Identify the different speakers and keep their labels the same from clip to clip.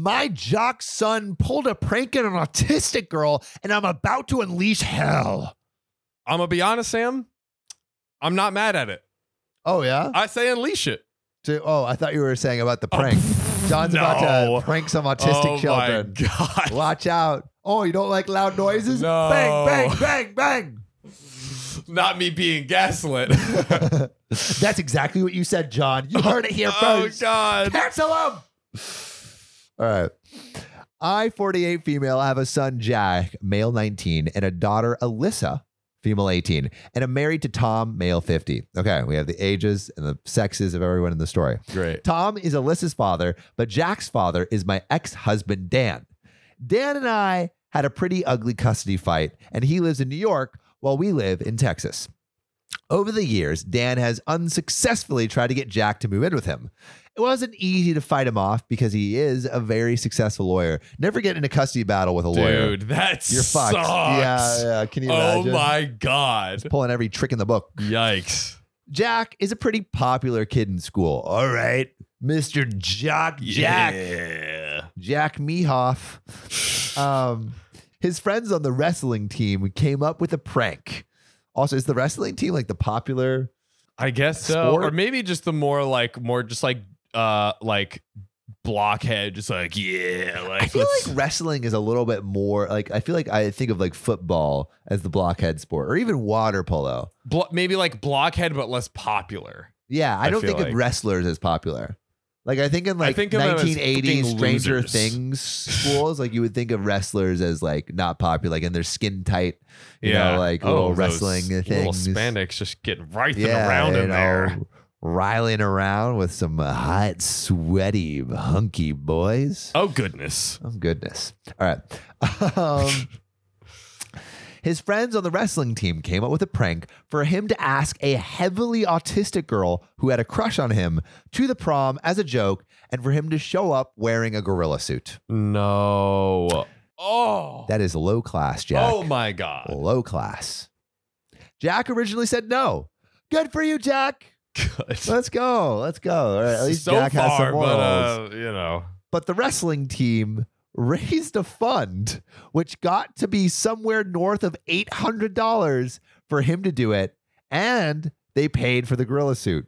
Speaker 1: My jock son pulled a prank on an autistic girl, and I'm about to unleash hell.
Speaker 2: I'm gonna be honest, Sam. I'm not mad at it.
Speaker 1: Oh yeah.
Speaker 2: I say unleash it. Oh.
Speaker 1: To- oh, I thought you were saying about the prank. John's
Speaker 2: no.
Speaker 1: about to prank some autistic
Speaker 2: oh
Speaker 1: children.
Speaker 2: my god.
Speaker 1: Watch out. Oh, you don't like loud noises?
Speaker 2: No.
Speaker 1: Bang, bang, bang, bang.
Speaker 2: Not me being gaslit.
Speaker 1: That's exactly what you said, John. You heard it here
Speaker 2: oh
Speaker 1: first.
Speaker 2: god.
Speaker 1: Cancel him. All right. I, 48 female, have a son, Jack, male 19, and a daughter, Alyssa, female 18, and I'm married to Tom, male 50. Okay, we have the ages and the sexes of everyone in the story.
Speaker 2: Great.
Speaker 1: Tom is Alyssa's father, but Jack's father is my ex husband, Dan. Dan and I had a pretty ugly custody fight, and he lives in New York while we live in Texas. Over the years, Dan has unsuccessfully tried to get Jack to move in with him. It wasn't easy to fight him off because he is a very successful lawyer. Never get in a custody battle with a lawyer.
Speaker 2: Dude, that's
Speaker 1: You're fucked. Yeah, yeah. Can you
Speaker 2: oh
Speaker 1: imagine?
Speaker 2: my god.
Speaker 1: Pulling every trick in the book.
Speaker 2: Yikes.
Speaker 1: Jack is a pretty popular kid in school. All right. Mr. Jock Jack.
Speaker 2: Yeah.
Speaker 1: Jack Mehoff. Um, his friends on the wrestling team came up with a prank. Also, is the wrestling team like the popular?
Speaker 2: I guess so.
Speaker 1: Sport?
Speaker 2: Or maybe just the more like more just like uh like blockhead, just like yeah, like
Speaker 1: I feel
Speaker 2: let's-
Speaker 1: like wrestling is a little bit more like I feel like I think of like football as the blockhead sport or even water polo.
Speaker 2: blo- maybe like blockhead but less popular.
Speaker 1: Yeah, I
Speaker 2: I
Speaker 1: don't
Speaker 2: feel
Speaker 1: think of
Speaker 2: like-
Speaker 1: wrestlers as popular. Like I think in like
Speaker 2: think of them as
Speaker 1: 1980s
Speaker 2: fucking
Speaker 1: Stranger
Speaker 2: losers.
Speaker 1: Things schools, like you would think of wrestlers as like not popular, like and they're skin tight, you
Speaker 2: yeah,
Speaker 1: know, like
Speaker 2: Oh,
Speaker 1: little
Speaker 2: those
Speaker 1: wrestling things.
Speaker 2: little spandex just getting writhing around
Speaker 1: you
Speaker 2: in
Speaker 1: know,
Speaker 2: there.
Speaker 1: Riling around with some uh, hot, sweaty, hunky boys.
Speaker 2: Oh goodness.
Speaker 1: Oh, goodness. All right. Um, his friends on the wrestling team came up with a prank for him to ask a heavily autistic girl who had a crush on him to the prom as a joke and for him to show up wearing a gorilla suit.
Speaker 2: No. Oh.
Speaker 1: That is low class, Jack.
Speaker 2: oh my god.
Speaker 1: Low class. Jack originally said no. Good for you, Jack.
Speaker 2: Good.
Speaker 1: Let's go. Let's go. All right, at least
Speaker 2: so
Speaker 1: Jack
Speaker 2: far,
Speaker 1: has some morals.
Speaker 2: but uh, you know.
Speaker 1: but the wrestling team raised a fund which got to be somewhere north of $800 for him to do it and they paid for the gorilla suit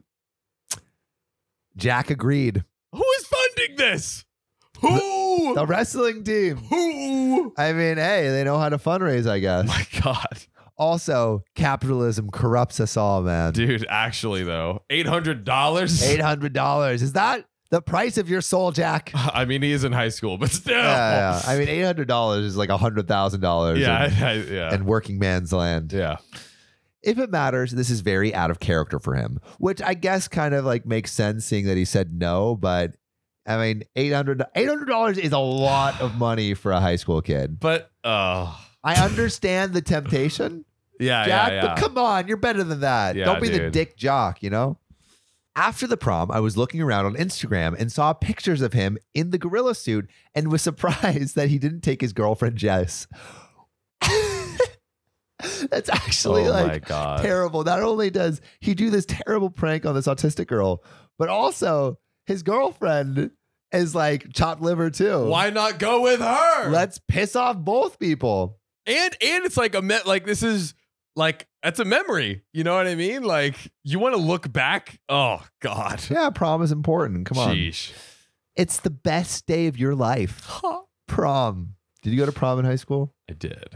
Speaker 1: jack agreed
Speaker 2: Who is funding this? Who?
Speaker 1: the wrestling team
Speaker 2: Who?
Speaker 1: i mean hey they know how to fundraise i guess
Speaker 2: My god.
Speaker 1: also capitalism corrupts us all man
Speaker 2: Dude, actually though, eight hundred dollars.
Speaker 1: $800 is that the price of your soul jack
Speaker 2: I mean, he is in high school, but still.
Speaker 1: yeah, yeah. i mean $800 is like $100000
Speaker 2: yeah,
Speaker 1: in,
Speaker 2: I- I- yeah,
Speaker 1: in working man's land
Speaker 2: yeah.
Speaker 1: If it matters, this is very out of character for him, which I guess kind of like makes sense seeing that he said no, but I mean, $800, $800 is a lot of money for a high school kid.
Speaker 2: But uh,
Speaker 1: I understand the temptation,
Speaker 2: yeah,
Speaker 1: Jack,
Speaker 2: yeah, yeah.
Speaker 1: but come on, you're better than that.
Speaker 2: Yeah,
Speaker 1: Don't be the
Speaker 2: dude.
Speaker 1: dick jock, you know? After the prom, I was looking around on Instagram and saw pictures of him in the gorilla suit and was surprised that he didn't take his girlfriend Jess. That's actually
Speaker 2: oh
Speaker 1: like
Speaker 2: my god.
Speaker 1: terrible. Not only does he do this terrible prank on this autistic girl, but also his girlfriend is like chopped liver too.
Speaker 2: Why not go with her?
Speaker 1: Oh. Let's piss off both people.
Speaker 2: and and it's like a me- like this is like that's a memory. You know what I mean? Like you want to look back. Oh god.
Speaker 1: Yeah, prom is important. Come on.
Speaker 2: Sheesh.
Speaker 1: It's the best day of your life. Prom. Did you go to prom in high school?
Speaker 2: I did.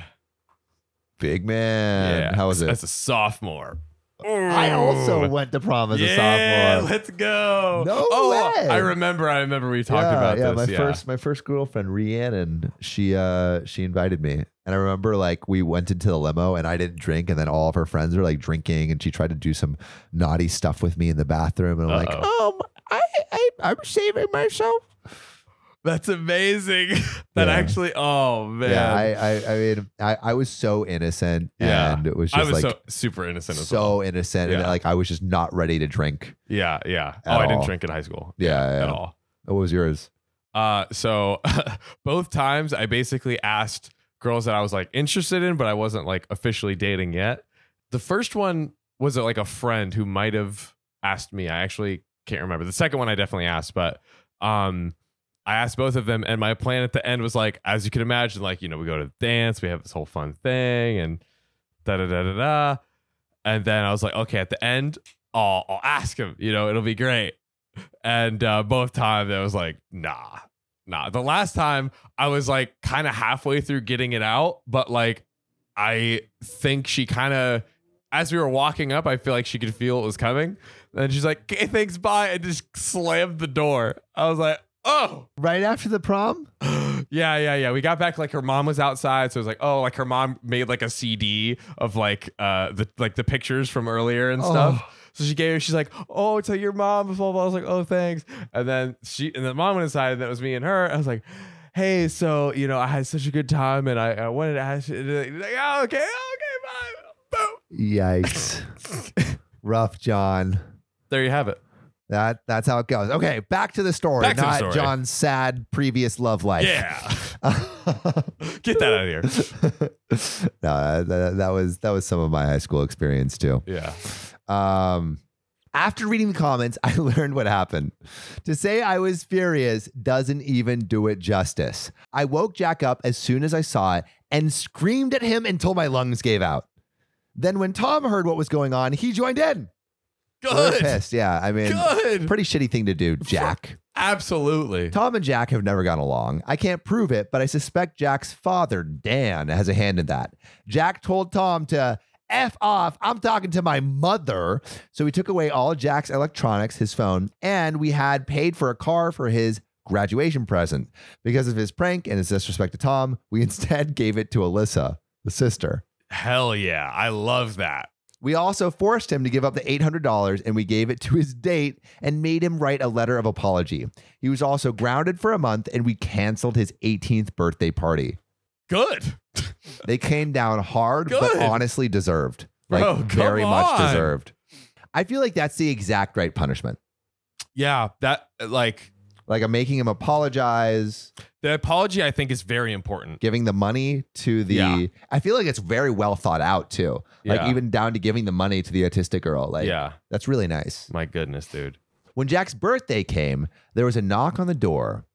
Speaker 1: Big man. How was
Speaker 2: as-
Speaker 1: it?
Speaker 2: As a sophomore.
Speaker 1: I also
Speaker 2: Ooh.
Speaker 1: went to prom as
Speaker 2: yeah,
Speaker 1: a sophomore.
Speaker 2: let's go.
Speaker 1: No
Speaker 2: oh,
Speaker 1: way.
Speaker 2: I remember. I remember we talked
Speaker 1: yeah,
Speaker 2: about
Speaker 1: yeah,
Speaker 2: this.
Speaker 1: my
Speaker 2: yeah.
Speaker 1: first my first girlfriend Rhiannon, she uh she invited me, and I remember like we went into the limo, and I didn't drink, and then all of her friends were like drinking, and she tried to do some naughty stuff with me in the bathroom, and I'm like, um, I, I I'm saving myself.
Speaker 2: That's amazing.
Speaker 1: Yeah.
Speaker 2: that actually. Oh man.
Speaker 1: Yeah, I I, I mean I, I was so innocent,
Speaker 2: Yeah.
Speaker 1: and it was
Speaker 2: I
Speaker 1: just
Speaker 2: was
Speaker 1: like
Speaker 2: so super innocent as
Speaker 1: so
Speaker 2: well.
Speaker 1: innocent, and
Speaker 2: Yeah.
Speaker 1: like I was just not ready to drink.
Speaker 2: Yeah, yeah. Oh,
Speaker 1: At
Speaker 2: I didn't
Speaker 1: all.
Speaker 2: drink in high school.
Speaker 1: Yeah, yeah.
Speaker 2: at all.
Speaker 1: What was yours?
Speaker 2: Uh, so both times I basically asked girls that I was like interested in, but I wasn't like officially dating yet. The first one was like a friend who might have asked me. I actually can't remember. The second one I definitely asked, but um, I asked both of them, and my plan at the end was like, as you can imagine, like, you know, we go to the dance, we have this whole fun thing, and da da da da da. And then I was like, okay, at the end, I'll, I'll ask him, you know, it'll be great. And uh, both times I was like, nah, nah. The last time I was like kind of halfway through getting it out, but like, I think she kind of, as we were walking up, I feel like she could feel it was coming. And she's like, okay, thanks, bye. And just slammed the door. I was like, oh,
Speaker 1: Right after the prom?
Speaker 2: yeah, yeah, yeah. We got back like her mom was outside, so it was like, oh, like her mom made like a CD of like uh the like the pictures from earlier and
Speaker 1: Oh.
Speaker 2: stuff. So she gave her, she's like, oh, tell your mom. Blah, blah, blah. I was like, oh, thanks. And then she and the mom went inside, and that was me and her. I was like, hey, so you know, I had such a good time, and I, I wanted to ask you. and they're Like, oh, okay, okay, bye. Boom.
Speaker 1: Yikes. Rough, John.
Speaker 2: There you have it.
Speaker 1: That that's how it goes. Okay, back to the story,
Speaker 2: Back to the
Speaker 1: not
Speaker 2: story.
Speaker 1: John's sad previous love life.
Speaker 2: Yeah,
Speaker 1: Yeah.
Speaker 2: get that out of here.
Speaker 1: no, that, that was that was some of my high school experience too.
Speaker 2: Yeah.
Speaker 1: Um, after reading the comments, I learned what happened. To say I was furious doesn't even do it justice. I woke Jack up as soon as I saw it and screamed at him until my lungs gave out. Then, when Tom heard what we was going on, he joined in. We were
Speaker 2: Good.
Speaker 1: pissed. Yeah, I mean,
Speaker 2: Good.
Speaker 1: pretty shitty thing to do, Jack.
Speaker 2: Absolutely.
Speaker 1: Tom and Jack have never gone along. I can't prove it, but I suspect Jack's father, Dan, has a hand in that. Jack told Tom to F off, I'm talking to my mother. So we took away all Jack's electronics, his phone, and we had paid for a car for his graduation present. Because of his prank and his disrespect to Tom, we instead gave it to Alyssa, the sister.
Speaker 2: Hell yeah. I love that.
Speaker 1: We also forced him to give up the $800 and we gave it to his date and made him write a letter of apology. He was also grounded for a month and we canceled his 18th birthday party.
Speaker 2: Good.
Speaker 1: They came down hard, but
Speaker 2: Good.
Speaker 1: honestly deserved. Like,
Speaker 2: Bro, come
Speaker 1: very much
Speaker 2: on.
Speaker 1: deserved. I feel like that's the exact right punishment.
Speaker 2: Yeah, that like
Speaker 1: Like, I'm making him apologize,
Speaker 2: the apology I think is very important.
Speaker 1: giving the money to the.
Speaker 2: Yeah.
Speaker 1: I feel like it's very well thought out, too. Like,
Speaker 2: Yeah.
Speaker 1: even down to giving the money to the autistic girl. Like,
Speaker 2: yeah.
Speaker 1: that's really nice.
Speaker 2: My goodness, dude.
Speaker 1: When Jack's birthday came, there was a knock on the door.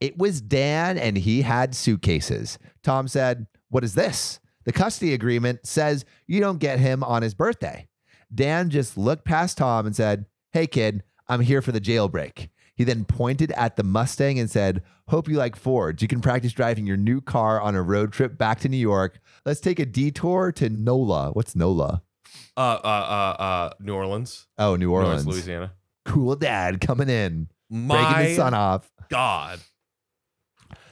Speaker 1: It was Dan and he had suitcases. Tom said, What is this? The custody agreement says you don't get him on his birthday. Dan just looked past Tom and said, Hey, kid, I'm here for the jailbreak. He then pointed at the Mustang and said, Hope you like Fords. You can practice driving your new car on a road trip back to New York. Let's take a detour to NOLA. What's NOLA?
Speaker 2: Uh uh uh uh New Orleans.
Speaker 1: Oh, New
Speaker 2: New
Speaker 1: Orleans.
Speaker 2: Louisiana.
Speaker 1: cool dad coming in, breaking the sun
Speaker 2: My
Speaker 1: off.
Speaker 2: God.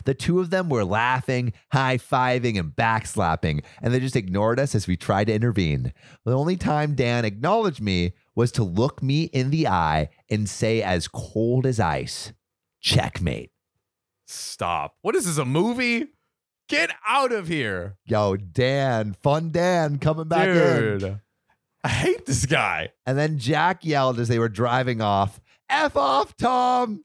Speaker 1: The two of them were laughing, high fiving, and backslapping, and they just ignored us as we tried to intervene. The only time Dan acknowledged me was to look me in the eye and say, as cold as ice, checkmate.
Speaker 2: Stop. What is this? A movie? Get out of here.
Speaker 1: Yo, Dan, fun Dan coming back in.
Speaker 2: dude. I hate this guy.
Speaker 1: And then Jack yelled as they were driving off, F off, Tom.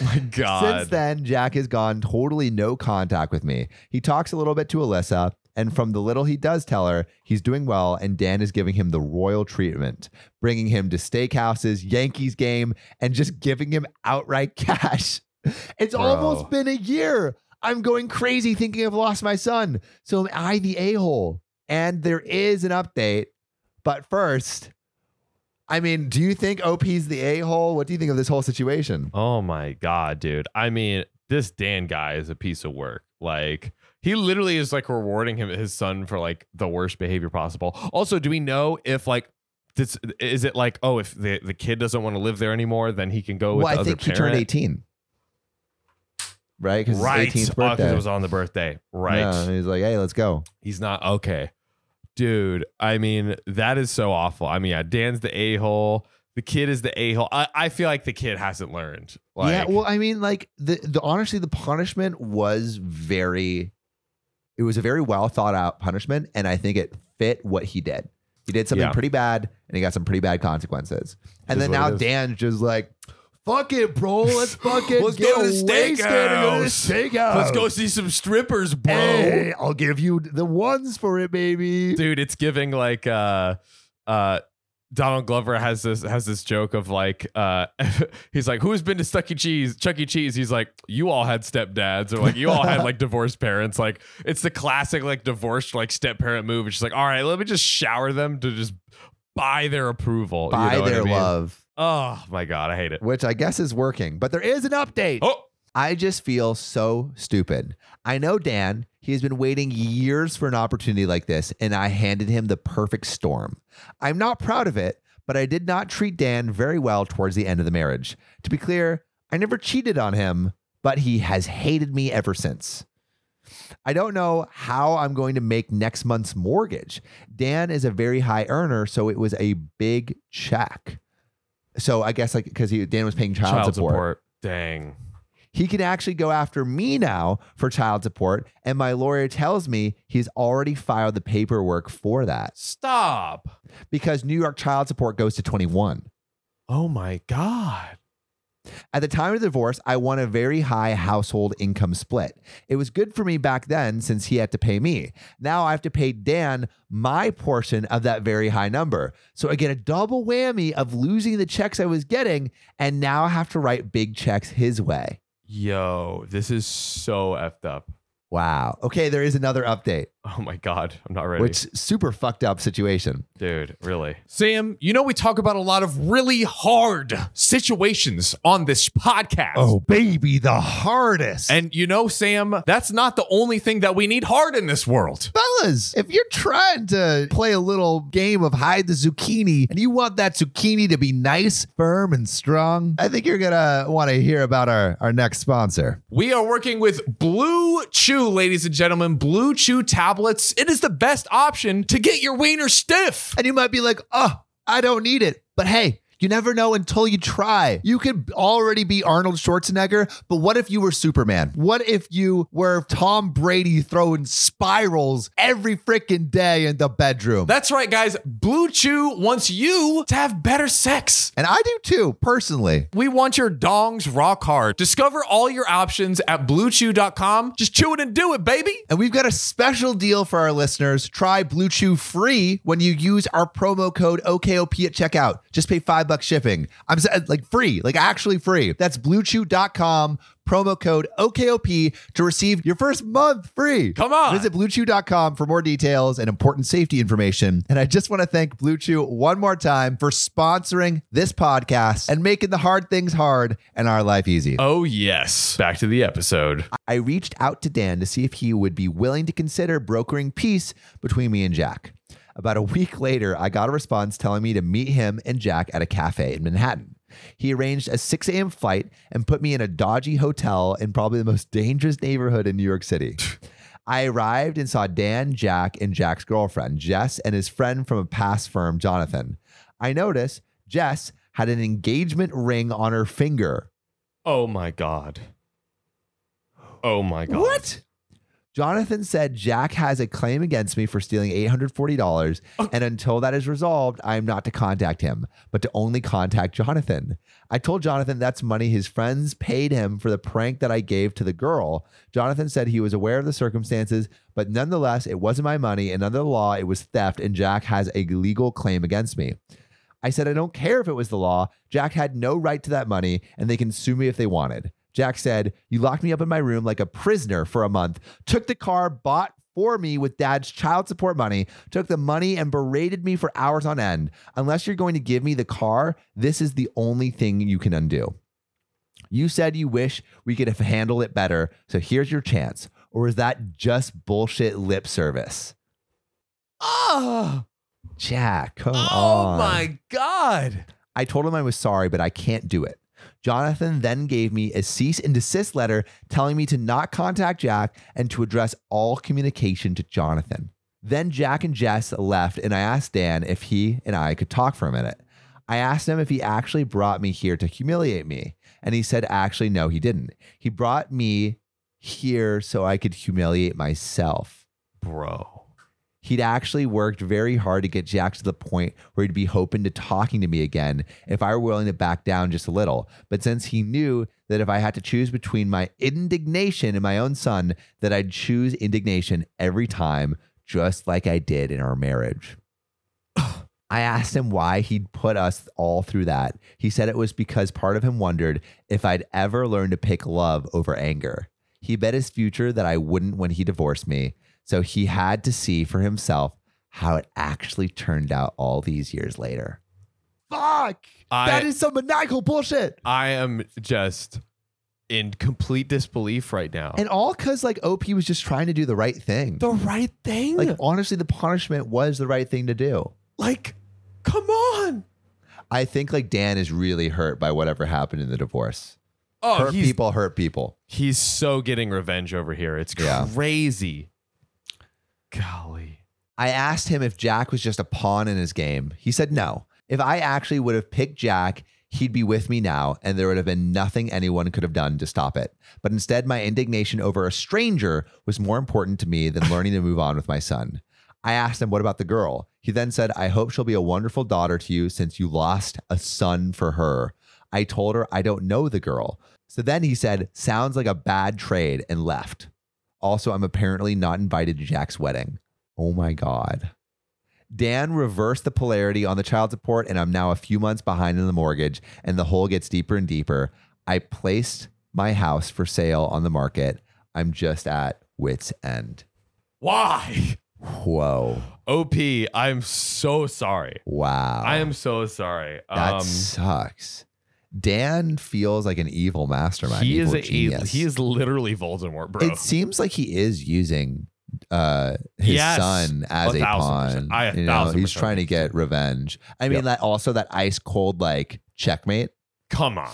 Speaker 2: My God.
Speaker 1: Since then, Jack has gone totally no contact with me. He talks a little bit to Alyssa, and from the little he does tell her, he's doing well, and Dan is giving him the royal treatment, bringing him to steakhouses, Yankees game, and just giving him outright cash. It's
Speaker 2: Bro.
Speaker 1: almost been a year. I'm going crazy thinking I've lost my son. So am I the a hole? And there is an update. But first, I mean, do you think OP's the a hole? What do you think of this whole situation?
Speaker 2: Oh my god, dude. I mean, this Dan guy is a piece of work. Like he literally is like rewarding him his son for like the worst behavior possible. Also, do we know if like this is it like oh if the, the kid doesn't want to live there anymore then he can go with
Speaker 1: well, I
Speaker 2: the
Speaker 1: think
Speaker 2: other
Speaker 1: he turned
Speaker 2: parent?
Speaker 1: 18. Right? Because
Speaker 2: right
Speaker 1: his 18th
Speaker 2: Oh, 'cause
Speaker 1: birthday.
Speaker 2: it was on the birthday right
Speaker 1: Yeah, and he's like, hey, let's go.
Speaker 2: he's not okay dude I mean that is so awful I mean yeah Dan's the a hole the kid is the a hole I, I feel like the kid hasn't learned like
Speaker 1: yeah, well, I mean, like the, the honestly, the punishment was very it was a very well thought out punishment, and I think it fit what he did. He did something
Speaker 2: Yeah.
Speaker 1: pretty bad and he got some pretty bad consequences. And
Speaker 2: Is
Speaker 1: then
Speaker 2: what
Speaker 1: now
Speaker 2: it is.
Speaker 1: Dan's just like, fuck it, bro. Let's fucking
Speaker 2: Let's
Speaker 1: get
Speaker 2: go to the
Speaker 1: wasted and go to the steakhouse.
Speaker 2: Let's go see some strippers, bro.
Speaker 1: Hey, I'll give you the ones for it, baby.
Speaker 2: Dude, it's giving like uh uh Donald Glover has this has this joke of like uh he's like who's been to Chuck E. Cheese Chuck E. Cheese he's like you all had stepdads or like you all had like divorced parents like it's the classic like divorced like step parent move it's just like all right let me just shower them to just buy their approval You
Speaker 1: By
Speaker 2: know what I
Speaker 1: their
Speaker 2: mean?
Speaker 1: love,
Speaker 2: oh my god I hate it
Speaker 1: which I guess is working, but there is an update.
Speaker 2: oh
Speaker 1: I just feel so stupid. I know Dan, he has been waiting years for an opportunity like this, and I handed him the perfect storm. I'm not proud of it, but I did not treat Dan very well towards the end of the marriage. To be clear, I never cheated on him, but he has hated me ever since. I don't know how I'm going to make next month's mortgage. Dan is a very high earner, so it was a big check. So I guess like because Dan was paying child, support
Speaker 2: dang
Speaker 1: he can actually go after me now for child support. And my lawyer tells me he's already filed the paperwork for that
Speaker 2: stop
Speaker 1: because New York child support goes to 21.
Speaker 2: oh my god
Speaker 1: At the time of the divorce, I won a very high household income split. It was good for me back then since he had to pay me. Now I have to pay Dan my portion of that very high number. So I get a double whammy of losing the checks I was getting and now I have to write big checks his way.
Speaker 2: yo this is so effed up
Speaker 1: Wow. Okay, there is another update,
Speaker 2: oh my god I'm not ready
Speaker 1: which super fucked up situation.
Speaker 2: dude really
Speaker 3: Sam, you know we talk about a lot of really hard situations on this podcast.
Speaker 1: Oh, baby, the hardest.
Speaker 3: And you know, Sam, that's not the only thing that we need hard in this world.
Speaker 1: fellas, if you're trying to play a little game of hide the zucchini and you want that zucchini to be nice, firm, and strong, I think you're going to want to hear about our, our next sponsor.
Speaker 3: We are working with Blue Chew, ladies and gentlemen. Blue Chew tablets. It is the best option to get your wiener stiff.
Speaker 1: And you might be like, oh, I don't need it. But hey, you never know until you try. You could already be Arnold Schwarzenegger, but what if you were Superman? What if you were Tom Brady throwing spirals every freaking day in the bedroom?
Speaker 3: That's right, guys. Blue Chew wants you to have better sex.
Speaker 1: and I do too, personally.
Speaker 3: We want your dongs rock hard. Discover all your options at bluechew.com. Just chew it and do it, baby.
Speaker 1: And we've got a special deal for our listeners. Try Blue Chew free when you use our promo code OKOP at checkout. Just pay five bucks shipping. I'm s- like free, like actually free. That's bluechew.com, promo code OKOP to receive your first month free.
Speaker 3: Come on.
Speaker 1: Visit bluechew.com for more details and important safety information. And I just want to thank Blue Chew one more time for sponsoring this podcast and making the hard things hard and our life easy.
Speaker 3: Oh, yes.
Speaker 2: back to the episode
Speaker 1: I reached out to Dan to see if he would be willing to consider brokering peace between me and Jack. About a week later, I got a response telling me to meet him and Jack at a cafe in Manhattan. He arranged a 6 a.m. flight and put me in a dodgy hotel in probably the most dangerous neighborhood in New York City. I arrived and saw Dan, Jack, and Jack's girlfriend, Jess, and his friend from a past firm, Jonathan. I noticed Jess had an engagement ring on her finger,
Speaker 2: Oh my god. Oh my god.
Speaker 1: What? Jonathan said Jack has a claim against me for stealing $840, and until that is resolved, I am not to contact him, but to only contact Jonathan. I told Jonathan that's money his friends paid him for the prank that I gave to the girl. Jonathan said he was aware of the circumstances, but nonetheless, it wasn't my money, and under the law, it was theft, and Jack has a legal claim against me. I said, I don't care if it was the law. Jack had no right to that money, and they can sue me if they wanted. Jack said, You locked me up in my room like a prisoner for a month, took the car bought for me with dad's child support money, took the money and berated me for hours on end. Unless you're going to give me the car, this is the only thing you can undo. You said you wish we could have handled it better, so here's your chance. Or is that just bullshit lip service?
Speaker 3: Oh,
Speaker 1: Jack, come
Speaker 3: oh
Speaker 1: on.
Speaker 3: my God.
Speaker 1: I told him I was sorry, but I can't do it. Jonathan then gave me a cease and desist letter telling me to not contact Jack and to address all communication to Jonathan. Then Jack and Jess left, and I asked Dan if he and I could talk for a minute. I asked him if he actually brought me here to humiliate me, and he said, actually, no, he didn't. He brought me here so I could humiliate myself
Speaker 2: Bro.
Speaker 1: he'd actually worked very hard to get Jack to the point where he'd be open to talking to me again if I were willing to back down just a little. But since he knew that if I had to choose between my indignation and my own son, that I'd choose indignation every time, just like I did in our marriage. I asked him why he'd put us all through that. He said it was because part of him wondered if I'd ever learn to pick love over anger. He bet his future that I wouldn't when he divorced me, so he had to see for himself how it actually turned out all these years later. Fuck!
Speaker 2: I-
Speaker 1: that is some maniacal bullshit.
Speaker 2: I am just in complete disbelief right now.
Speaker 1: And all because like OP was just trying to do the right thing.
Speaker 2: Oh. the right thing?
Speaker 1: Like honestly, the punishment was the right thing to do.
Speaker 2: like come on.
Speaker 1: I think like Dan is really hurt by whatever happened in the divorce.
Speaker 2: Oh,
Speaker 1: hurt
Speaker 2: he's,
Speaker 1: people hurt people.
Speaker 2: he's so getting revenge over here. It's
Speaker 1: Yeah.
Speaker 2: crazy. Golly.
Speaker 1: I asked him if Jack was just a pawn in his game. He said no. If I actually would have picked Jack, he'd be with me now, and there would have been nothing anyone could have done to stop it. But instead, my indignation over a stranger was more important to me than learning to move on with my son. I asked him, What about the girl? He then said, I hope she'll be a wonderful daughter to you since you lost a son for her. I told her I don't know the girl. So then he said, Sounds like a bad trade, and left. Also, I'm apparently not invited to Jack's wedding. Oh my God. Dan reversed the polarity on the child support, and I'm now a few months behind in the mortgage, and the hole gets deeper and deeper. I placed my house for sale on the market. I'm just at wit's end.
Speaker 2: Why?
Speaker 1: Whoa.
Speaker 2: OP, I'm so sorry.
Speaker 1: Wow.
Speaker 2: I am um, so sorry.
Speaker 1: that sucks. Dan feels like an evil mastermind.
Speaker 2: he is
Speaker 1: evil
Speaker 2: a,
Speaker 1: genius.
Speaker 2: he is literally Voldemort, bro.
Speaker 1: It seems like he is using uh his
Speaker 2: Yes.
Speaker 1: son as
Speaker 2: A
Speaker 1: a,
Speaker 2: thousand
Speaker 1: pawn.
Speaker 2: percent. I a
Speaker 1: you know,
Speaker 2: thousand
Speaker 1: he's
Speaker 2: percent
Speaker 1: trying to get revenge. I mean
Speaker 2: Yep.
Speaker 1: that also that ice cold like checkmate.
Speaker 2: come on.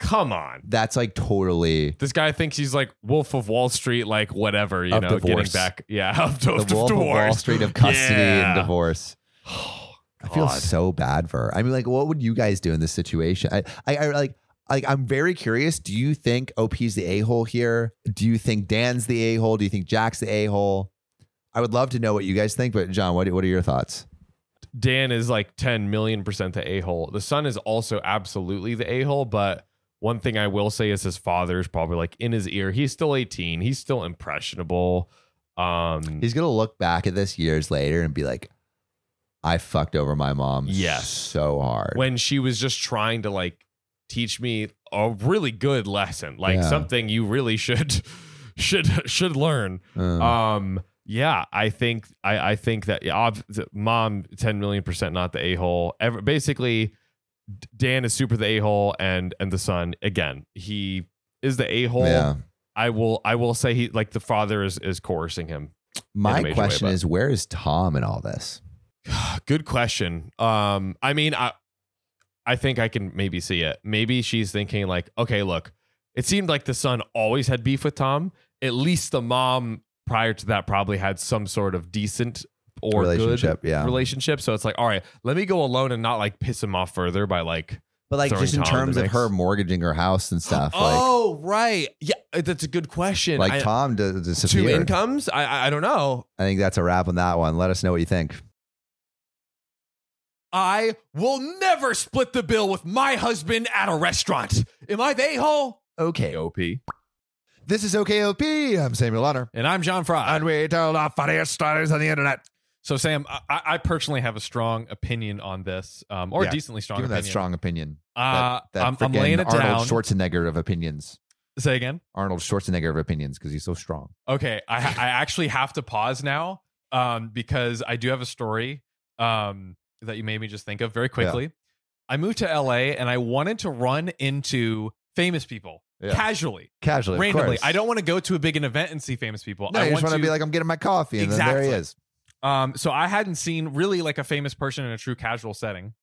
Speaker 2: Come on.
Speaker 1: That's like totally
Speaker 2: This guy thinks he's like Wolf of Wall Street, like whatever, you
Speaker 1: Of
Speaker 2: know,
Speaker 1: divorce.
Speaker 2: getting back. Yeah, of,
Speaker 1: the
Speaker 2: of,
Speaker 1: Wolf of Wall
Speaker 2: divorce.
Speaker 1: Street of custody
Speaker 2: Yeah.
Speaker 1: and divorce. I feel
Speaker 2: God.
Speaker 1: so bad for her. I mean, like, what would you guys do in this situation? I, I, I like, like, I'm very curious. Do you think OP's the a hole here? Do you think Dan's the a hole? Do you think Jack's the a hole? I would love to know what you guys think, but John, what what are your thoughts?
Speaker 2: Dan is like 10 million percent the a hole. The son is also absolutely the a hole. But one thing I will say is his father is probably like in his ear. He's still 18. He's still impressionable. Um,
Speaker 1: He's gonna look back at this years later and be like, I fucked over my mom
Speaker 2: Yes.
Speaker 1: so hard.
Speaker 2: when she was just trying to like teach me a really good lesson, like
Speaker 1: Yeah.
Speaker 2: something you really should, should, should learn.
Speaker 1: Uh,
Speaker 2: Um, yeah, I think I I think that yeah, ob- th- mom ten million percent not the a hole. Ever basically, D- Dan is super the a hole, and and the son again he is the a hole.
Speaker 1: yeah.
Speaker 2: I will I will say he like the father is is coercing him.
Speaker 1: My
Speaker 2: major way,
Speaker 1: question
Speaker 2: but-
Speaker 1: is, where is Tom in all this?
Speaker 2: Ah, Good question. Um, I mean I I think I can maybe see it. Maybe she's thinking like, okay, look, it seemed like the son always had beef with Tom. At least the mom prior to that probably had some sort of decent or good
Speaker 1: Relationship, yeah.
Speaker 2: relationship. So it's like, all right, let me go alone and not like piss him off further by like,
Speaker 1: But like,
Speaker 2: Throwing
Speaker 1: just in
Speaker 2: Tom in the
Speaker 1: terms of
Speaker 2: mix.
Speaker 1: her mortgaging her house and stuff, like.
Speaker 2: oh right, yeah, uh, that's a good question.
Speaker 1: like
Speaker 2: I-
Speaker 1: Tom d- disappeared.
Speaker 2: two incomes? I, I I don't know.
Speaker 1: I think that's a wrap on that one. Let us know what you think.
Speaker 2: I will never split the bill with my husband at a restaurant. Am I the a hole?
Speaker 1: Okay.
Speaker 2: OP.
Speaker 1: This is OKOP. I'm Samuel Honor.
Speaker 2: And I'm John Fry.
Speaker 1: we tell our funniest stories on the internet.
Speaker 2: so Sam, I- I, I personally have a strong opinion on this, um, or
Speaker 1: Yeah,
Speaker 2: a decently strong
Speaker 1: Give me
Speaker 2: opinion.
Speaker 1: that strong opinion.
Speaker 2: Uh,
Speaker 1: that
Speaker 2: I'm, I'm
Speaker 1: frickin'
Speaker 2: laying it
Speaker 1: Arnold
Speaker 2: down.
Speaker 1: Schwarzenegger of opinions.
Speaker 2: Say again.
Speaker 1: Arnold Schwarzenegger of opinions because he's so strong.
Speaker 2: Okay, I I actually have to pause now um, because I do have a story um, that you made me just think of very quickly. I moved to LA and I wanted to run into famous people
Speaker 1: Yeah.
Speaker 2: casually,
Speaker 1: Casually, of
Speaker 2: randomly.
Speaker 1: course.
Speaker 2: I don't want to go to a big an event and see famous people.
Speaker 1: No,
Speaker 2: I
Speaker 1: you just
Speaker 2: want
Speaker 1: want to be like, I'm getting my coffee, and then there he
Speaker 2: Exactly.
Speaker 1: is.
Speaker 2: um, so I hadn't seen really like a famous person in a true casual setting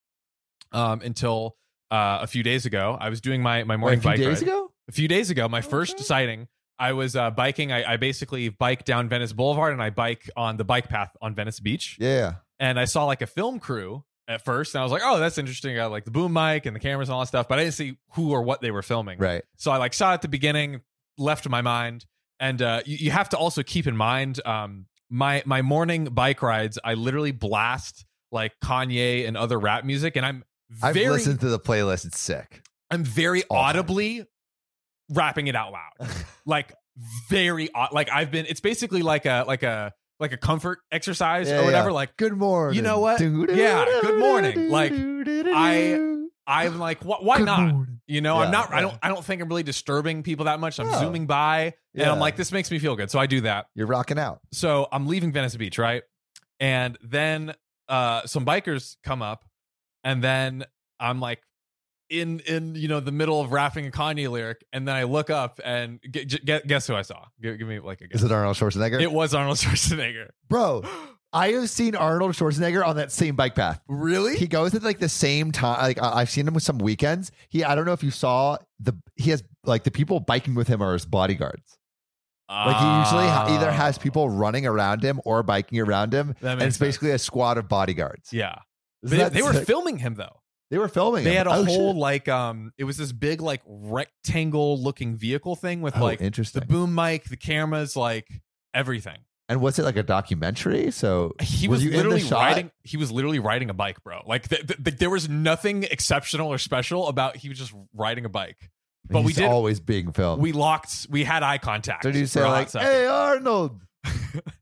Speaker 2: um, until uh, a few days ago. I was doing my my morning
Speaker 1: Wait, a few
Speaker 2: bike
Speaker 1: days
Speaker 2: ride
Speaker 1: ago.
Speaker 2: a few days ago, my
Speaker 1: Okay.
Speaker 2: first sighting, I was uh, biking. I, I basically bike down Venice Boulevard and I bike on the bike path on Venice Beach.
Speaker 1: Yeah.
Speaker 2: And I saw like a film crew at first. And I was like, oh, that's interesting. I got like the boom mic and the cameras and all that stuff. But I didn't see who or what they were filming.
Speaker 1: Right.
Speaker 2: So I like saw it at the beginning, left my mind, and uh, you, you have to also keep in mind um, my my morning bike rides. I literally blast like Kanye and other rap music, and I'm
Speaker 1: I've
Speaker 2: very
Speaker 1: listened to the playlist. It's sick.
Speaker 2: I'm very
Speaker 1: All time.
Speaker 2: audibly rapping it out loud, like very au- like I've been. It's basically like a like a like a comfort exercise
Speaker 1: Yeah,
Speaker 2: or whatever.
Speaker 1: yeah.
Speaker 2: Like
Speaker 1: Good morning.
Speaker 2: You know what? Yeah, good morning. Like, I- I'm like, wh- why
Speaker 1: Good
Speaker 2: not?
Speaker 1: morning.
Speaker 2: You know,
Speaker 1: Yeah,
Speaker 2: I'm not.
Speaker 1: yeah.
Speaker 2: I don't. I don't think I'm really disturbing people that much. I'm
Speaker 1: No.
Speaker 2: zooming by, and
Speaker 1: Yeah.
Speaker 2: I'm like, this makes me feel good. So I do that.
Speaker 1: You're rocking out.
Speaker 2: so I'm leaving Venice Beach, right? And then uh some bikers come up, and then I'm like in in you know the middle of rapping a Kanye lyric, and then I look up and gu- gu- gu- guess who I saw? Give, give me like a guess.
Speaker 1: Is it Arnold Schwarzenegger?
Speaker 2: It was Arnold Schwarzenegger.
Speaker 1: Bro, I have seen Arnold Schwarzenegger on that same bike path.
Speaker 2: really?
Speaker 1: He goes at like the same time. Like I- I've seen him with some weekends. He, I don't know if you saw the. He has like the people biking with him are his bodyguards. Like he usually ha- either has people running around him or biking around him,
Speaker 2: Ah. That
Speaker 1: and
Speaker 2: makes
Speaker 1: it's basically a squad of bodyguards.
Speaker 2: sense. yeah.
Speaker 1: Isn't
Speaker 2: They,
Speaker 1: that
Speaker 2: they were
Speaker 1: sick?
Speaker 2: filming him though.
Speaker 1: they were filming.
Speaker 2: They
Speaker 1: him.
Speaker 2: had a
Speaker 1: Oh, shit.
Speaker 2: whole like um, it was this big like rectangle looking vehicle thing with
Speaker 1: Oh,
Speaker 2: like the
Speaker 1: interesting.
Speaker 2: boom mic, the cameras, like everything.
Speaker 1: and was it like a documentary? So
Speaker 2: he
Speaker 1: Were
Speaker 2: was
Speaker 1: you in the
Speaker 2: literally
Speaker 1: shot?
Speaker 2: riding he was literally riding a bike bro like th- th- th- there was nothing exceptional or special about he was just riding a bike But we
Speaker 1: he's
Speaker 2: did-
Speaker 1: always being filmed.
Speaker 2: we locked we had eye contact
Speaker 1: so do you
Speaker 2: for
Speaker 1: say
Speaker 2: a hot
Speaker 1: like,
Speaker 2: second.
Speaker 1: "Hey Arnold,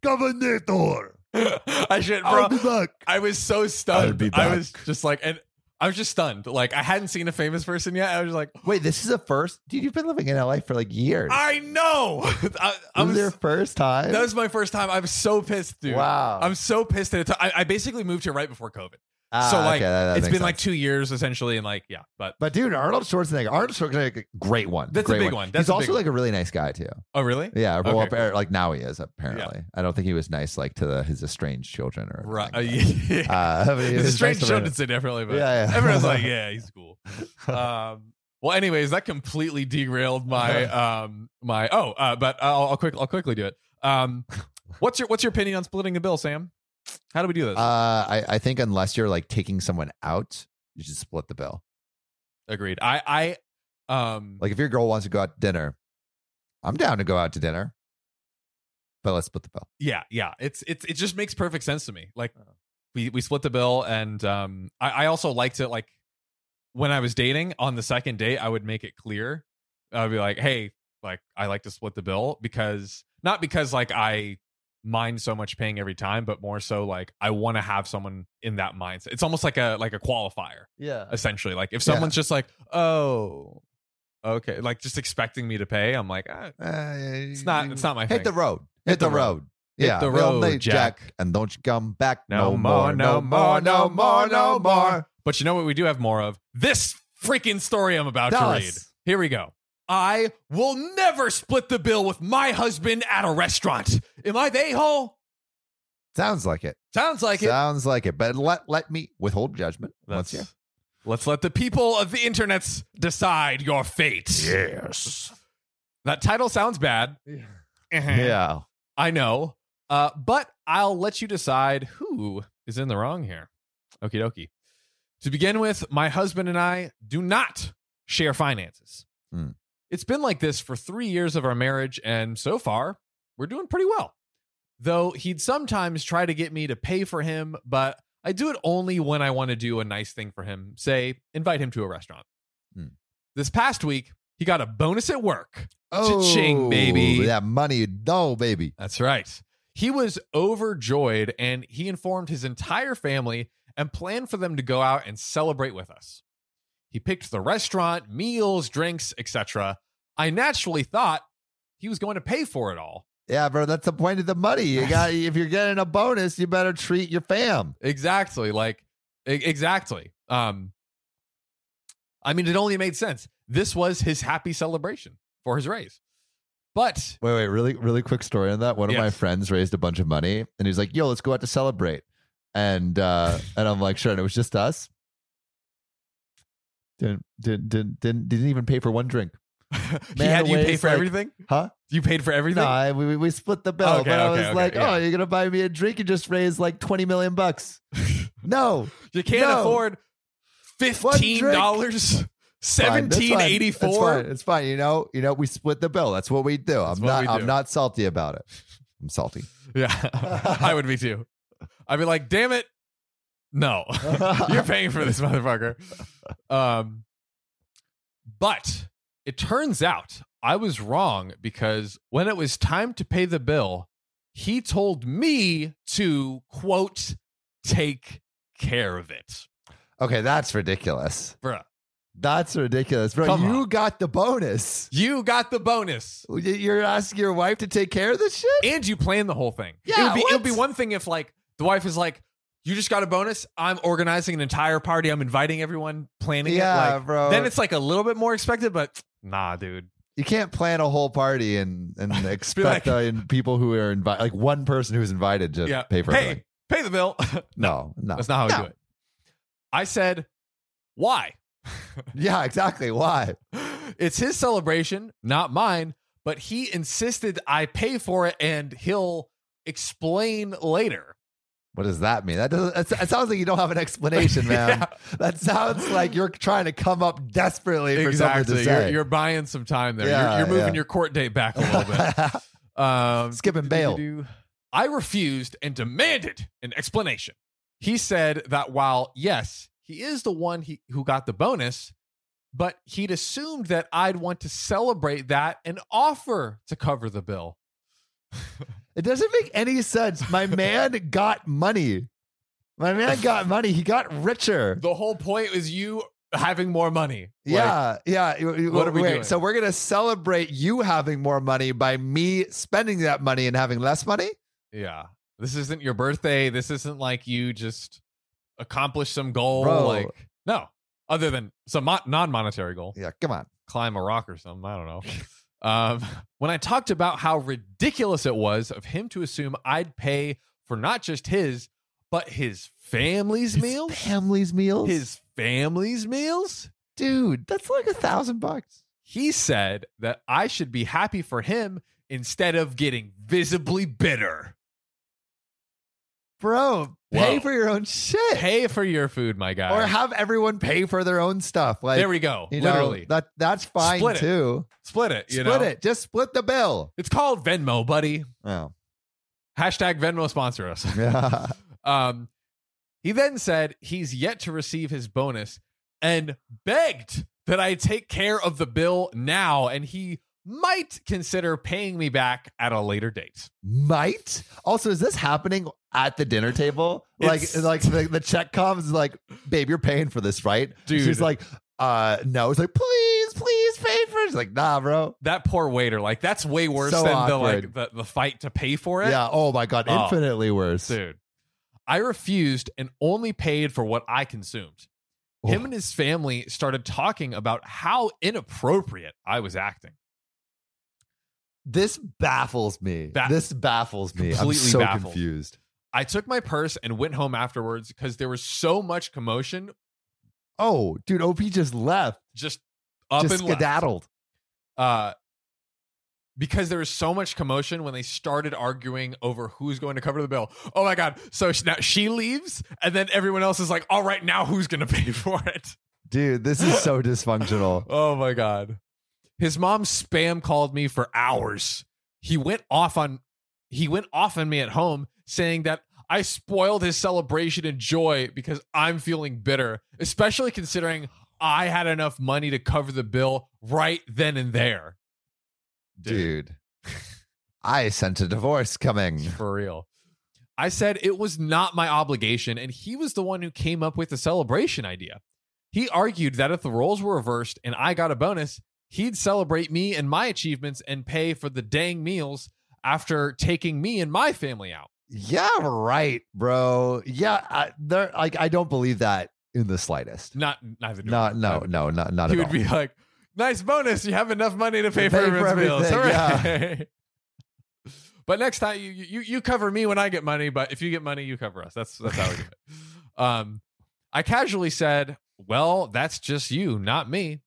Speaker 1: Governor,
Speaker 2: i should bro
Speaker 1: I'll be back."
Speaker 2: i was so stunned
Speaker 1: I'll Oh, be
Speaker 2: i was just like and i was just stunned like i hadn't seen a famous person yet i was like
Speaker 1: Wait, this is the first, dude. You've been living in LA for like years.
Speaker 2: i know I, I
Speaker 1: this
Speaker 2: was
Speaker 1: is your first time.
Speaker 2: that was my first time i was so pissed dude
Speaker 1: wow.
Speaker 2: i'm so pissed at it I I basically moved here right before covid
Speaker 1: Ah,
Speaker 2: so like
Speaker 1: okay, that- that
Speaker 2: it's
Speaker 1: makes
Speaker 2: been like
Speaker 1: sense.
Speaker 2: two years essentially and like yeah but
Speaker 1: But dude, Arnold Schwarzenegger, Arnold Schwarzenegger, great one.
Speaker 2: That's a
Speaker 1: great
Speaker 2: big one. That's
Speaker 1: He's
Speaker 2: a
Speaker 1: also
Speaker 2: big one.
Speaker 1: like a really nice guy too.
Speaker 2: oh really
Speaker 1: Yeah, well,
Speaker 2: Okay,
Speaker 1: appar- like now he is apparently. I don't think he was nice like to the, his estranged children or
Speaker 2: Right. Uh,
Speaker 1: anything, but-
Speaker 2: yeah.
Speaker 1: Uh, but he was
Speaker 2: the
Speaker 1: nice
Speaker 2: strange
Speaker 1: to
Speaker 2: show
Speaker 1: women.
Speaker 2: did say definitely, but
Speaker 1: Yeah, yeah.
Speaker 2: everyone's like, yeah, he's cool. Um, well, anyways, that completely derailed my
Speaker 1: Uh-huh.
Speaker 2: um my oh, uh, but I'll, I'll quick I'll quickly do it. Um, what's your what's your opinion on splitting the bill, Sam? How do we do this?
Speaker 1: Uh, I, I think unless you're like taking someone out, you should split the bill.
Speaker 2: Agreed. I I um
Speaker 1: Like if your girl wants to go out to dinner, I'm down to go out to dinner, but let's split the bill.
Speaker 2: yeah yeah it's it's it just makes perfect sense to me like we we split the bill and um I, I also liked it like when i was dating on the second date i would make it clear i'd be like hey like i like to split the bill because not because like i mind so much paying every time but more so like i want to have someone in that mindset it's almost like a like a qualifier
Speaker 1: Yeah.
Speaker 2: essentially like if
Speaker 1: Yeah.
Speaker 2: someone's just like oh okay like just expecting me to pay i'm like ah,
Speaker 1: it's
Speaker 2: it's not it's not my
Speaker 1: Uh, Hit
Speaker 2: thing
Speaker 1: the road. Hit, the,
Speaker 2: the
Speaker 1: road.
Speaker 2: road. Hit
Speaker 1: Yeah.
Speaker 2: the
Speaker 1: real
Speaker 2: road,
Speaker 1: night,
Speaker 2: Jack.
Speaker 1: And don't you come back
Speaker 2: No more, no more, no more, no more. But you know what we do have more of? This freaking story I'm about
Speaker 1: Tell
Speaker 2: to read.
Speaker 1: us.
Speaker 2: Here we go. I will never split the bill with my husband at a restaurant. Am I the a-hole?
Speaker 1: Sounds like it.
Speaker 2: Sounds like it.
Speaker 1: Sounds like it. But let let me withhold judgment. Once you.
Speaker 2: Let's, let's let the people of the internets decide your fate.
Speaker 1: Yes.
Speaker 2: That title sounds bad. Uh-huh.
Speaker 1: Yeah.
Speaker 2: I know. Uh, but I'll let you decide who is in the wrong here. Okie dokie. To begin with, my husband and I do not share finances.
Speaker 1: Hmm.
Speaker 2: It's been like this for three years of our marriage, and so far, we're doing pretty well. Though he'd sometimes try to get me to pay for him, but I do it only when I want to do a nice thing for him, say, invite him to a restaurant.
Speaker 1: Hmm.
Speaker 2: This past week, he got a bonus at work. Cha-ching, baby.
Speaker 1: Oh, That money, you know, baby.
Speaker 2: That's right. He was overjoyed and he informed his entire family and planned for them to go out and celebrate with us. He picked the restaurant, meals, drinks, etc. I naturally thought he was going to pay for it all.
Speaker 1: Yeah, bro. That's the point of the money. You got if you're getting a bonus, you better treat your fam.
Speaker 2: Exactly. Like e- exactly. Um I mean it only made sense. This was his happy celebration for his raise. But
Speaker 1: Wait, wait, really, really quick story on that. One of my
Speaker 2: Yes.
Speaker 1: friends raised a bunch of money and he's like, yo, let's go out to celebrate. And uh and I'm like, sure, and it was just us. Didn't didn't didn't didn't, didn't even pay for one drink.
Speaker 2: he had you pay
Speaker 1: ways,
Speaker 2: for
Speaker 1: like-
Speaker 2: everything?
Speaker 1: Huh?
Speaker 2: You paid for everything?
Speaker 1: No, I, we, we split the bill.
Speaker 2: Okay,
Speaker 1: but I
Speaker 2: okay,
Speaker 1: was
Speaker 2: okay,
Speaker 1: like,
Speaker 2: yeah.
Speaker 1: oh, you're gonna buy me a drink and just raise like 20 million bucks. no.
Speaker 2: You can't
Speaker 1: No.
Speaker 2: afford
Speaker 1: One
Speaker 2: fifteen
Speaker 1: drink.
Speaker 2: dollars,
Speaker 1: Fine, that's
Speaker 2: seventeen
Speaker 1: fine.
Speaker 2: eighty
Speaker 1: It's fine.
Speaker 2: four.
Speaker 1: It's fine. You know, you know, we split the bill. That's what we do.
Speaker 2: That's
Speaker 1: I'm
Speaker 2: what
Speaker 1: not
Speaker 2: we
Speaker 1: I'm
Speaker 2: do.
Speaker 1: not salty about it. I'm salty.
Speaker 2: Yeah, I would be too. I'd be like, damn it, no, you're paying for this motherfucker. Um, but it turns out I was wrong because when it was time to pay the bill, he told me to quote take care of it
Speaker 1: Okay, that's ridiculous.
Speaker 2: bruh
Speaker 1: That's ridiculous, bro.
Speaker 2: Come
Speaker 1: you got the bonus.
Speaker 2: you got the bonus
Speaker 1: Y- You're asking your wife to take care of this shit.
Speaker 2: and you plan the whole thing
Speaker 1: Yeah,
Speaker 2: it would be, it
Speaker 1: what?
Speaker 2: would be one thing if like the wife is like you just got a bonus i'm organizing an entire party i'm inviting everyone planning it
Speaker 1: Yeah,
Speaker 2: like
Speaker 1: bro.
Speaker 2: then it's like a little bit more expected but nah dude
Speaker 1: you can't plan a whole party and and expect
Speaker 2: like-
Speaker 1: uh, and people who are invited, like one person who's invited, to
Speaker 2: yeah
Speaker 1: pay for
Speaker 2: hey
Speaker 1: everything.
Speaker 2: pay the bill
Speaker 1: No, no.
Speaker 2: that's not how we
Speaker 1: No.
Speaker 2: do it i said why
Speaker 1: Yeah, exactly. Why?
Speaker 2: it's his celebration, not mine, but he insisted I pay for it and he'll explain later.
Speaker 1: What does that mean? That doesn't. It, it sounds like you don't have an explanation, man.
Speaker 2: Yeah.
Speaker 1: That sounds like you're trying to come up desperately for something to
Speaker 2: Exactly. You're,
Speaker 1: say.
Speaker 2: you're buying some time there.
Speaker 1: Yeah,
Speaker 2: you're, you're moving
Speaker 1: yeah.
Speaker 2: your court date back a little bit. Um,
Speaker 1: Skipping bail.
Speaker 2: I refused and demanded an explanation. He said that while, yes, he is the one he, who got the bonus, but he'd assumed that I'd want to celebrate that and offer to cover the bill.
Speaker 1: It doesn't make any sense. My man got money. My man got money. He got richer.
Speaker 2: The whole point was you having more money. Like,
Speaker 1: yeah, yeah. You- you-
Speaker 2: what are we
Speaker 1: wait,
Speaker 2: doing?
Speaker 1: So we're gonna celebrate you having more money by me spending that money and having less money.
Speaker 2: Yeah. This isn't your birthday. This isn't like you just accomplished some goal.
Speaker 1: Bro.
Speaker 2: Like, no, other than some mo- non monetary goal,
Speaker 1: Yeah, come on.
Speaker 2: climb a rock or something. I don't know. um, when I talked about how ridiculous it was of him to assume I'd pay for not just his, but his family's
Speaker 1: His
Speaker 2: meals,
Speaker 1: family's meals,
Speaker 2: his family's meals,
Speaker 1: dude. That's like a thousand bucks.
Speaker 2: he said that I should be happy for him instead of getting visibly bitter.
Speaker 1: Bro, pay
Speaker 2: Whoa.
Speaker 1: for your own shit.
Speaker 2: pay for your food, my guy.
Speaker 1: or have everyone pay for their own stuff. Like
Speaker 2: there we go.
Speaker 1: you know,
Speaker 2: Literally,
Speaker 1: that that's fine
Speaker 2: Split it,
Speaker 1: too.
Speaker 2: split it. You
Speaker 1: split
Speaker 2: know?
Speaker 1: it. Just split the bill.
Speaker 2: It's called Venmo, buddy.
Speaker 1: Oh.
Speaker 2: Hashtag Venmo sponsor us.
Speaker 1: Yeah.
Speaker 2: um, he then said he's yet to receive his bonus and begged that I take care of the bill now, and he might consider paying me back at a later date.
Speaker 1: Might. Also, is this happening at the dinner table? Like
Speaker 2: It's-
Speaker 1: like the, the check comes like, babe, you're paying for this, right?
Speaker 2: Dude.
Speaker 1: She's like, uh no. It's like, please, please pay for it. She's like, nah, bro.
Speaker 2: That poor waiter, like that's way worse
Speaker 1: So
Speaker 2: than
Speaker 1: awkward.
Speaker 2: the like the, the fight to pay for it.
Speaker 1: Yeah. Oh my god.
Speaker 2: Oh.
Speaker 1: Infinitely worse.
Speaker 2: Dude, I refused and only paid for what I consumed.
Speaker 1: Oh.
Speaker 2: Him and his family started talking about how inappropriate I was acting.
Speaker 1: This baffles me.
Speaker 2: Ba-
Speaker 1: this baffles me. I'm
Speaker 2: Completely
Speaker 1: so
Speaker 2: baffled.
Speaker 1: confused.
Speaker 2: I took my purse and went home afterwards because there was so much commotion,
Speaker 1: Oh, dude, OP just left.
Speaker 2: just up
Speaker 1: just
Speaker 2: and left.
Speaker 1: skedaddled.
Speaker 2: Uh, because there was so much commotion when they started arguing over who's going to cover the bill. Oh my God. So she, now she leaves, and then everyone else is like, all right, now who's going to pay for it?
Speaker 1: Dude, this is so dysfunctional.
Speaker 2: Oh my god. His mom spam called me for hours. He went off on he went off on me at home saying that I spoiled his celebration and joy because I'm feeling bitter, especially considering I had enough money to cover the bill right then and there.
Speaker 1: Dude. I sense a divorce coming.
Speaker 2: For real. I said it was not my obligation, and he was the one who came up with the celebration idea. He argued that if the roles were reversed and I got a bonus, he'd celebrate me and my achievements and pay for the dang meals after taking me and my family out.
Speaker 1: Yeah, right, bro. Yeah, I, there. Like, I don't believe that in the slightest.
Speaker 2: Not neither. do I.
Speaker 1: Not, no, no, not, not at
Speaker 2: He would
Speaker 1: all.
Speaker 2: be like, "Nice bonus! You have enough money to pay, for,
Speaker 1: Pay for
Speaker 2: everyone's meals."
Speaker 1: everything,
Speaker 2: Hooray. but next time you, you you cover me when I get money, but if you get money, you cover us. That's that's how we do it. Um, I casually said, "Well, that's just you, not me."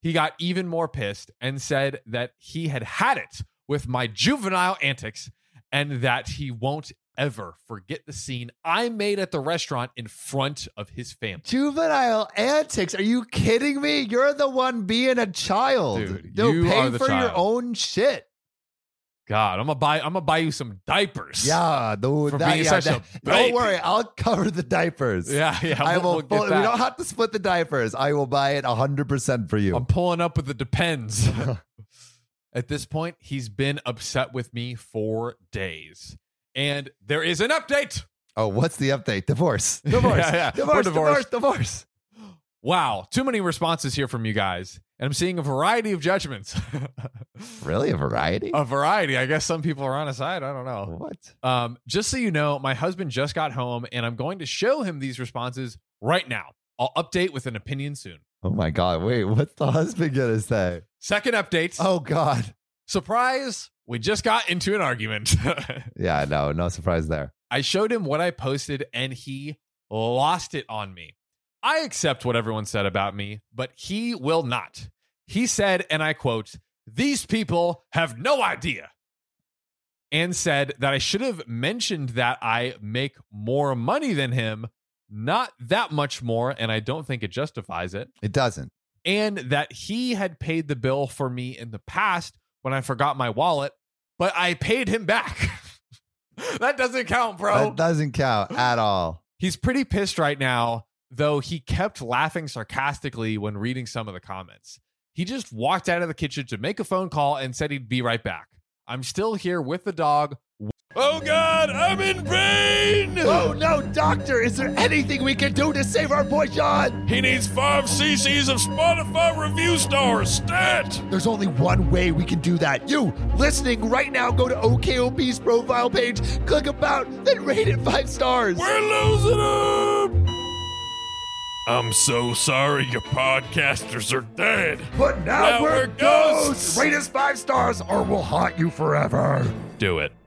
Speaker 2: He got even more pissed and said that he had had it with my juvenile antics and that he won't ever forget the scene I made at the restaurant in front of his family.
Speaker 1: Juvenile antics? Are you kidding me? You're the one being a child.
Speaker 2: Dude,
Speaker 1: Don't
Speaker 2: you
Speaker 1: pay
Speaker 2: are the
Speaker 1: for your
Speaker 2: child.
Speaker 1: own shit.
Speaker 2: God, I'm gonna buy. I'm gonna buy you some diapers.
Speaker 1: Yeah, dude.
Speaker 2: For
Speaker 1: That,
Speaker 2: being
Speaker 1: yeah,
Speaker 2: such a
Speaker 1: that- don't
Speaker 2: baby.
Speaker 1: worry, I'll cover the diapers.
Speaker 2: yeah, yeah.
Speaker 1: I will.
Speaker 2: we'll-
Speaker 1: full-
Speaker 2: we'll get
Speaker 1: we
Speaker 2: that.
Speaker 1: don't have to split the diapers. I will buy it hundred percent for you.
Speaker 2: I'm pulling up with the depends. At this point, he's been upset with me for days. And there is an update.
Speaker 1: Oh, what's the update? Divorce.
Speaker 2: Divorce. yeah, yeah. We're
Speaker 1: Divorce, divorce,
Speaker 2: divorced.
Speaker 1: divorce.
Speaker 2: Wow, too many responses here from you guys. And I'm seeing a variety of judgments.
Speaker 1: Really? A variety? Oh,
Speaker 2: a variety. I guess some people are on his side. I don't know.
Speaker 1: What?
Speaker 2: Um, just so you know, my husband just got home and I'm going to show him these responses right now. I'll update with an opinion soon.
Speaker 1: Oh my God. Wait, what's the husband going to say?
Speaker 2: Second update.
Speaker 1: Oh God.
Speaker 2: Surprise, we just got into an argument.
Speaker 1: Yeah, no, no surprise there.
Speaker 2: I showed him what I posted and he lost it on me. I accept what everyone said about me, but he will not. He said, and I quote, These people have no idea. And said that I should have mentioned that I make more money than him, not that much more, and I don't think it justifies it
Speaker 1: It doesn't.
Speaker 2: and that he had paid the bill for me in the past when I forgot my wallet, but I paid him back. that doesn't count, bro.
Speaker 1: That doesn't count at all.
Speaker 2: He's pretty pissed right now, though he kept laughing sarcastically when reading some of the comments. He just walked out of the kitchen to make a phone call and said he'd be right back. I'm still here with the dog. Oh God, I'm in pain!
Speaker 1: Oh, no, doctor, is there anything we can do to save our boy John?
Speaker 2: He needs five cc's of Spotify review stars. Stat!
Speaker 1: There's only one way we can do that. You listening right now, go to OKOP's profile page, click about, then rate it five stars.
Speaker 2: We're losing him.
Speaker 4: I'm so sorry your podcasters are dead.
Speaker 1: But now,
Speaker 4: Now we're ghosts.
Speaker 1: Rate us five stars or we'll haunt you forever.
Speaker 2: Do it.